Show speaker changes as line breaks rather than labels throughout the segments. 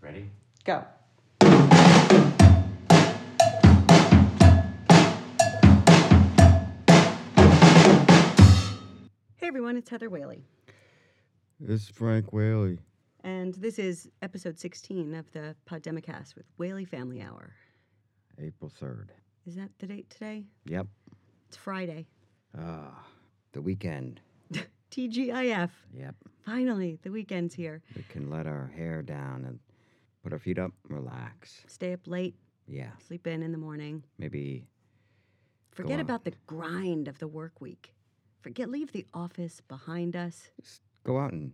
Ready?
Go. Hey everyone, it's Heather Whaley,
This is Frank Whaley.
and this is episode 16 of the Poddemicast with Whaley Family Hour.
April 3rd.
Is that the date today?
Yep.
It's Friday.
Ah, the weekend.
TGIF.
Yep.
Finally, the weekend's here.
We can let our hair down and put our feet up and relax.
Stay up late,
Yeah.
sleep in in the morning.
Maybe,
Forget
out.
about the grind of the work week. Forget leave the office behind us.
just go out and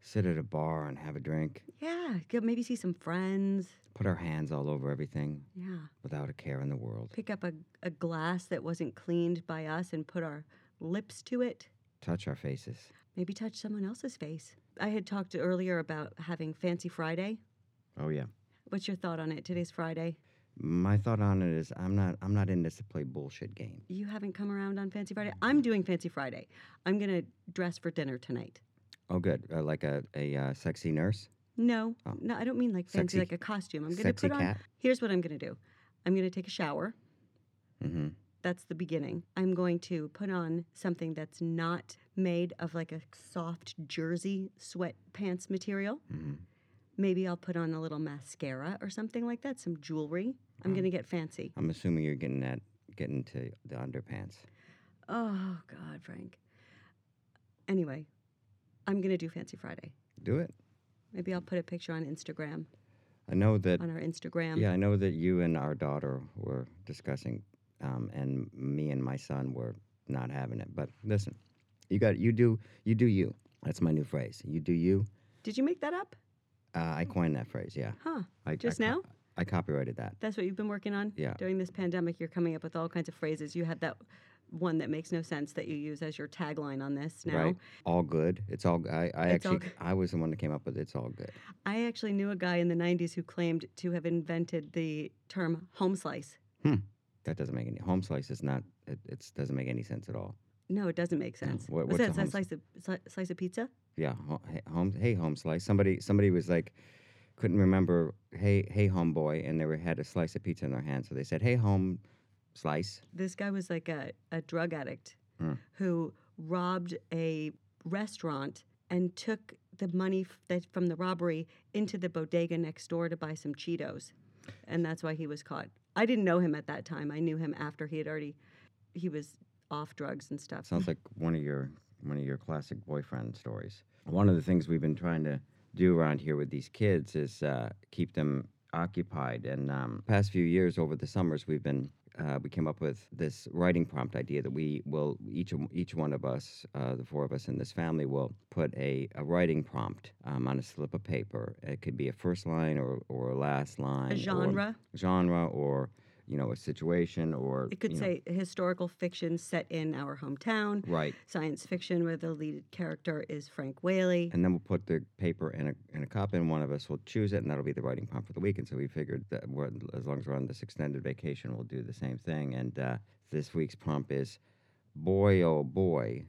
sit at a bar and have a drink.
Yeah, go maybe see some friends.
Put our hands all over everything
Yeah.
without a care in the world.
pick up a, a glass that wasn't cleaned by us and put our lips to it,
Touch our faces.
maybe touch someone else's face. I had talked earlier about having Fancy Friday.
Oh yeah.
What's your thought on it? Today's Friday.
My thought on it is I'm not I'm not in this to play bullshit game.
You haven't come around on Fancy Friday. I'm doing Fancy Friday. I'm going to dress for dinner tonight.
Oh good. Uh, like a a uh, sexy nurse.
No,
Oh.
no, I don't mean like
Sexy-
fancy, like a costume. I'm going to
sexy
put on.
cat.
Here's what I'm going to do I'm going to take a shower.
Mm-hmm.
That's the beginning. I'm going to put on something that's not made of like a soft jersey sweatpants material.
Mm-hmm.
Maybe I'll put on a little mascara or something like that, some jewelry. I'm
Mm.
going to get fancy.
I'm assuming you're getting that getting to the underpants.
Oh, God, Frank. Anyway, I'm going to do Fancy Friday.
Do it.
Maybe I'll put a picture on Instagram,
I know that.
on our Instagram.
Yeah, I know that you and our daughter were discussing, um, and me and my son were not having it. But listen, you got you do you do you. That's my new phrase. You do you.
Did you make that up?
Uh, I coined that phrase. Yeah.
Huh.
I,
Just
I,
now?
co- I copyrighted that.
That's what you've been working on?
Yeah.
During this pandemic, you're coming up with all kinds of phrases. You had that one that makes no sense that you use as your tagline on this now.
Right. All good. It's all. I, I
It's all
actually
good.
I was the one that came up with it's all good.
I actually knew a guy in the 90s who claimed to have invented the term home slice.
That doesn't make any home slice is not. It it's, doesn't make any sense at all.
No, it doesn't make sense.
What-
What's
what's a
that? Is that
home
slice of sli- slice of pizza?
Yeah, ho- hey, home. Hey, home slice. Somebody, somebody was like, couldn't remember. Hey, hey, homeboy, and they were, had a slice of pizza in their hand, so they said, "Hey, home slice."
This guy was like a, a drug addict
Mm.
who robbed a restaurant and took the money f- that from the robbery into the bodega next door to buy some Cheetos, and that's why he was caught. I didn't know him at that time. I knew him after he had already he was off drugs and stuff.
Sounds like one of your one of your classic boyfriend stories. One of the things we've been trying to do around here with these kids is uh, keep them occupied. And um, past few years, over the summers, we've been uh, we came up with this writing prompt idea that we will each of- each one of us, uh, the four of us in this family, will put a, a writing prompt um, on a slip of paper. It could be a first line or or a last line,
A
or
genre.
genre, or you know, a situation, or
It could
you know,
say historical fiction set in our hometown,
right.
science fiction where the lead character is Frank Whaley.
and then we'll put the paper in a, in a cup, and one of us will choose it, and that'll be the writing prompt for the week. And so we figured that we're, as long as we're on this extended vacation, we'll do the same thing. And uh, this week's prompt is, "Boy, oh boy,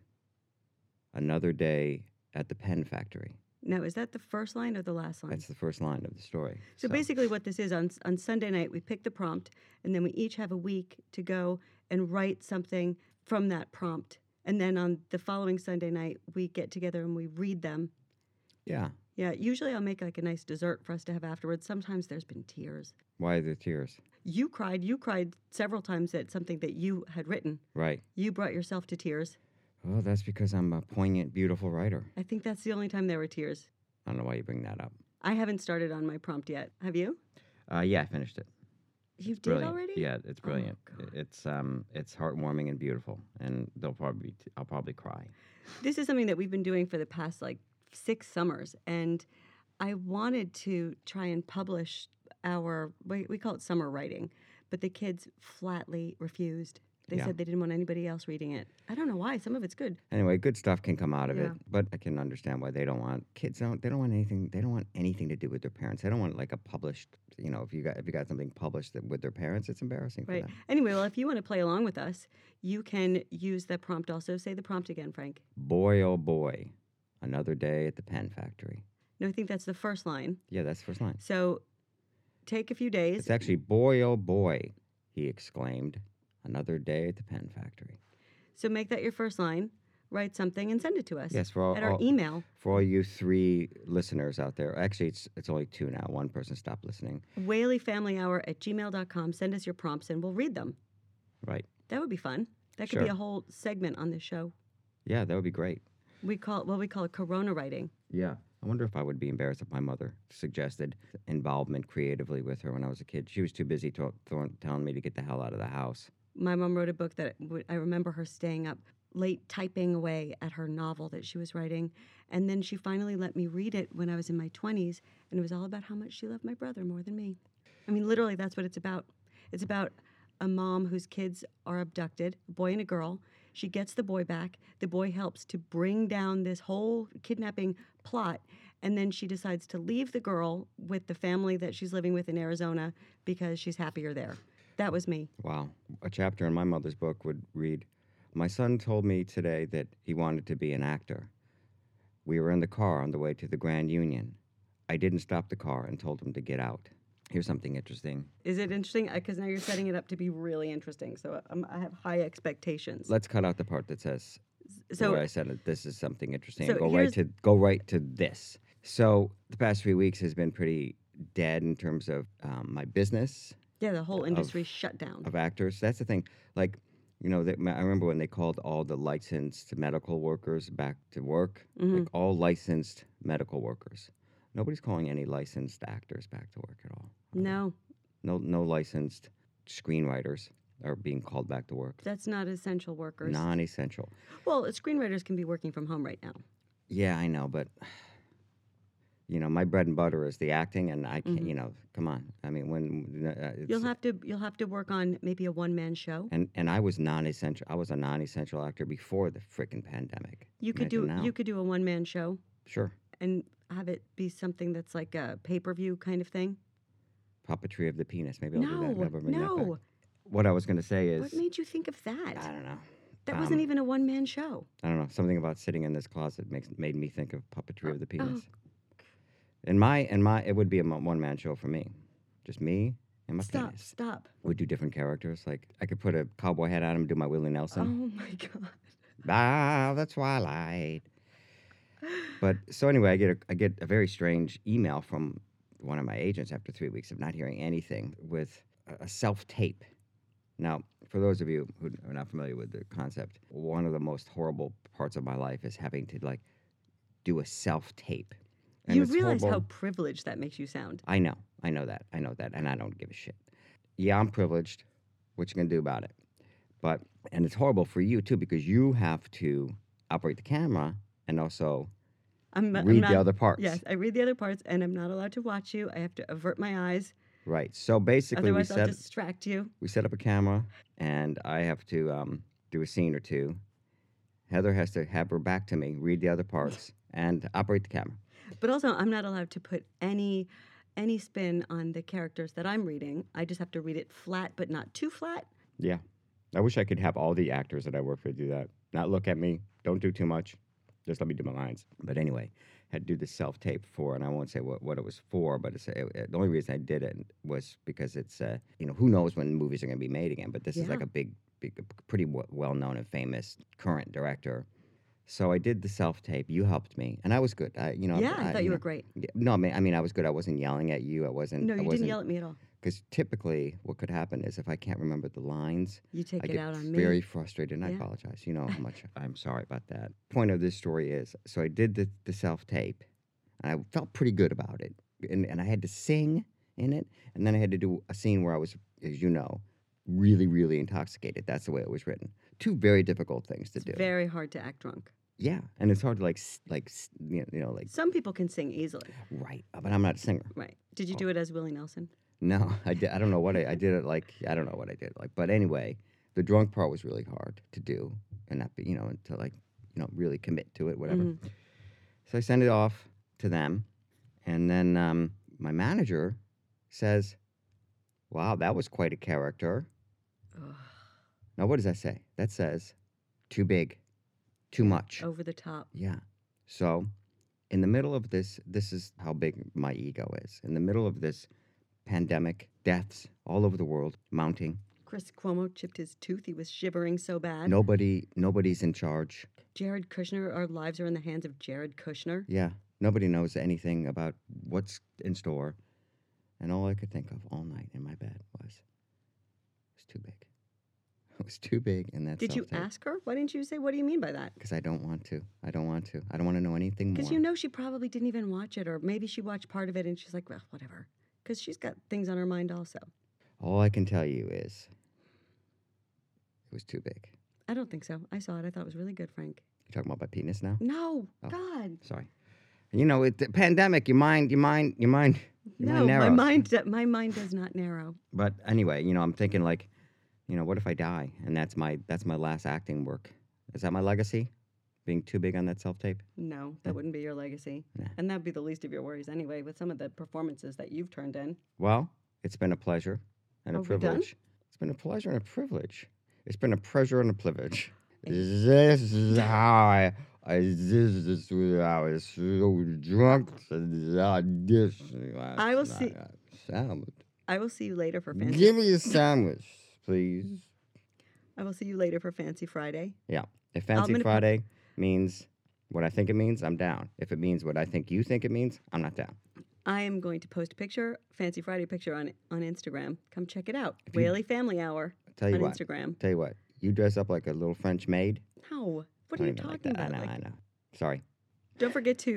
another day at the pen factory."
Now, is that the first line or the last line?
That's the first line of the story.
so, basically, what this is on on Sunday night, we pick the prompt, and then we each have a week to go and write something from that prompt. And then on the following Sunday night, we get together and we read them.
yeah.
Yeah, usually I'll make like a nice dessert for us to have afterwards. Sometimes there's been tears.
Why are there tears?
You cried. You cried several times at something that you had written.
Right.
You brought yourself to tears.
Well, that's because I'm a poignant, beautiful writer.
I think that's the only time there were tears.
I don't know why you bring that up.
I haven't started on my prompt yet. Have you?
Uh, yeah, I finished it.
You did
brilliant.
already?
Yeah, it's
Oh,
brilliant. I-
God.
it's um, it's heartwarming and beautiful, and they'll probably t- I'll probably cry.
This is something that we've been doing for the past like six summers, and I wanted to try and publish our we, we call it summer writing, but the kids flatly refused. They
Yeah.
said they didn't want anybody else reading it. I don't know why. Some of it's good.
Anyway, good stuff can come out of it,
Yeah.
but I can understand why they don't want kids don't they don't want anything they don't want anything to do with their parents. They don't want like a published you know if you got if you got something published that, with their parents, it's embarrassing
Right.
for them.
Anyway, well, if you want to play along with us, you can use the prompt also. Say the prompt again, Frank.
Boy oh boy, another day at the pen factory.
No, I think that's the first line.
Yeah, that's the first line.
So take a few days.
It's actually, boy, oh boy, he exclaimed, another day at the pen factory.
So make that your first line. Write something and send it to us.
Yes, for all,
At our
all-
email.
for all you three listeners out there. Actually, it's, it's only two now. One person stopped listening.
whaleyfamilyhour at gmail.com. Send us your prompts and we'll read them.
Right.
That would be fun. That could be
Sure.
a whole segment on this show.
Yeah, that would be great.
We call it, well, we call it corona writing.
Yeah. I wonder if I would be embarrassed if my mother suggested involvement creatively with her when I was a kid. She was too busy to, throwing telling me to get the hell out of the house.
My mom wrote a book that w- I remember her staying up late typing away at her novel that she was writing. And then she finally let me read it when I was in my 20s. And it was all about how much she loved my brother more than me. I mean, literally, that's what it's about. It's about a mom whose kids are abducted, a boy and a girl. She gets the boy back. The boy helps to bring down this whole kidnapping plot. And then she decides to leave the girl with the family that she's living with in Arizona because she's happier there. That was me.
Wow. A chapter in my mother's book would read My son told me today that he wanted to be an actor. We were in the car on the way to the Grand Union. I didn't stop the car and told him to get out. Here's something interesting.
Is it interesting? Because now you're setting it up to be really interesting. So um, I have high expectations.
Let's cut out the part that says so,
So
I said it, this is something interesting.
so
go right
here's-
to go right to this. So the past three weeks has been pretty dead in terms of um, my business
yeah, the whole industry shut down.
of actors. That's the thing. Like, you know, that I remember when they called all the licensed medical workers back to work.
Mm-hmm.
Like all licensed medical workers. Nobody's calling any licensed actors back to work at all.
No,
No, no licensed screenwriters are being called back to work.
that's not essential workers.
Non-essential.
Well, screenwriters can be working from home right now.
Yeah, I know, but you know, my bread and butter is the acting, and I can't. You know, come on. I mean, when uh, it's,
Mm-hmm. You'll have to you'll have to work on maybe a one man show.
and and I was non-essential. I was a non-essential actor before the freaking pandemic.
You could do
Imagine now.
you could do a one man show
sure
and have it be something that's like a pay per view kind of thing.
puppetry of the penis. Maybe I'll do
No,
that. Never bring that back.
no.
What I was going to say is,
What made you think of
I
that?
don't know.
That wasn't
um,
even a one man show.
I don't know. Something about sitting in this closet makes made me think of puppetry of the
oh.
penis. And my and my, it would be a one man show for me, just me and my
Stop!
penis.
Stop!
would do different characters. Like I could put a cowboy hat on him and do my Willie Nelson.
Oh my god!
Ah, the twilight. But so anyway, I get a, I get a very strange email from one of my agents after three weeks of not hearing anything with a- a self tape. Now, for those of you who are not familiar with the concept, one of the most horrible parts of my life is having to like do a self tape.
you realize how privileged that makes you sound.
I know. I know that. I know that. And I don't give a shit. Yeah, I'm privileged. What you gonna do about it? But and it's horrible for you too because you have to operate the camera and also
I'm, I'm
read
not,
the other parts.
Yes, I read the other parts, and I'm not allowed to watch you. I have to avert my eyes,
Right. So basically,
otherwise
we
I'll
set
distract you.
we set up a camera and I have to um, do a scene or two. Heather has to have her back to me, read the other parts, and operate the camera.
But also, I'm not allowed to put any any spin on the characters that I'm reading. I just have to read it flat, but not too flat.
Yeah. I wish I could have all the actors that I work with do that. Not look at me. Don't do too much. Just let me do my lines. But anyway, had to do the self tape for, and I won't say what, what it was for, but it's, it, it- the only reason I did it was because it's, uh, you know, who knows when movies are going to be made again, but this is like
Yeah.
a big, big a pretty w- well known and famous current director. So I did the self tape. You helped me, and I was good. I, you know,
yeah, I, thought you
know-
were great.
Yeah, no, I mean, I mean, I was good. I wasn't yelling at you. I wasn't.
No,
I
you didn't
wasn't-
yell at me at all.
because typically what could happen is if I can't remember the lines,
You take
I
it
get
out on
very
me.
frustrated and I
Yeah.
apologize. You know how much I'm sorry about that. Point of this story is so I did the, the self tape and I felt pretty good about it. And, and I had to sing in it. And then I had to do a scene where I was, as you know, really, really intoxicated. That's the way it was written. Two very difficult things to
It's
do.
very hard to act drunk.
yeah. And it's hard to like, s- like, s- you know- you know, like,
Some people can sing easily.
write. But I'm not a singer.
Right? Did you do it as Willie Nelson?
No, I did. I don't know what I, I did it like. I don't know what I did like. But anyway, the drunk part was really hard to do, and not be, you know, and to like, you know, really commit to it, whatever. So I send it off to them, and then um, my manager says, "Wow, that was quite a character."
Ugh,
Now, what does that say? That says, "Too big, too much."
over the top.
Yeah. So in the middle of this, this is how big my ego is. In the middle of this pandemic, deaths all over the world, mounting.
Chris Cuomo chipped his tooth. He was shivering so bad.
Nobody, nobody's in charge.
Jared Kushner, our lives are in the hands of Jared Kushner.
Yeah, nobody knows anything about what's in store. And all I could think of all night in my bed was, it was too big. It was too big, and that's
Did you ask her? Why didn't you say, What do you mean by that?
Because I don't want to. I don't want to. I don't want to know anything more.
Because you know she probably didn't even watch it, or maybe she watched part of it and she's like, Well, whatever. Because she's got things on her mind also.
All I can tell you is, it was too big.
I don't think so. I saw it. I thought it was really good, Frank.
You talking about my penis now?
No,
Oh.
God.
Sorry. You know, with the pandemic, your mind, your mind, your mind, your
No,
mind
my
narrows.
mind, do- my mind does not narrow.
But anyway, you know, I'm thinking like, you know, what if I die? And that's my that's my last acting work. Is that my legacy? Being too big on that self tape?
No, that wouldn't be your legacy.
Nah.
And that'd be the least of your worries anyway, with some of the performances that you've turned in.
Well, it's been a pleasure and a
Are we done?
privilege. It's been a pleasure and a privilege. It's been a pleasure and a privilege. This is how I, I this is how I was so drunk and audition last
I will
night.
see-
Sandwich.
I will see you later for Fancy.
Give me a sandwich, please.
I will see you later for Fancy Friday.
If
I'm
Fancy
gonna put-
Friday means what I think it means, I'm down. If it means what I think you think it means, I'm not down.
I am going to post a picture, Fancy Friday picture on on Instagram. Come check it out.
you-
Whaley Family Hour
Tell
on
you what.
Instagram.
Tell you what. You dress up like a little French maid.
No, what
I don't
are you
even like
talking
that. I
about?
know.
Like,
I know. Sorry.
don't forget to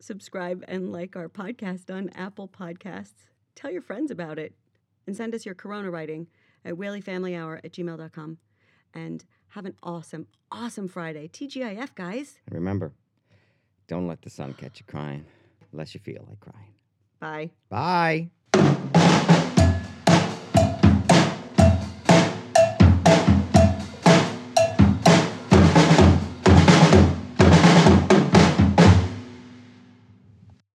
subscribe and like our podcast on Apple Podcasts. Tell your friends about it and send us your corona writing at whaleyfamilyhour at gmail.com. And have an awesome, awesome Friday. TGIF, guys.
And remember, don't let the sun catch you crying unless you feel like crying.
Bye.
Bye.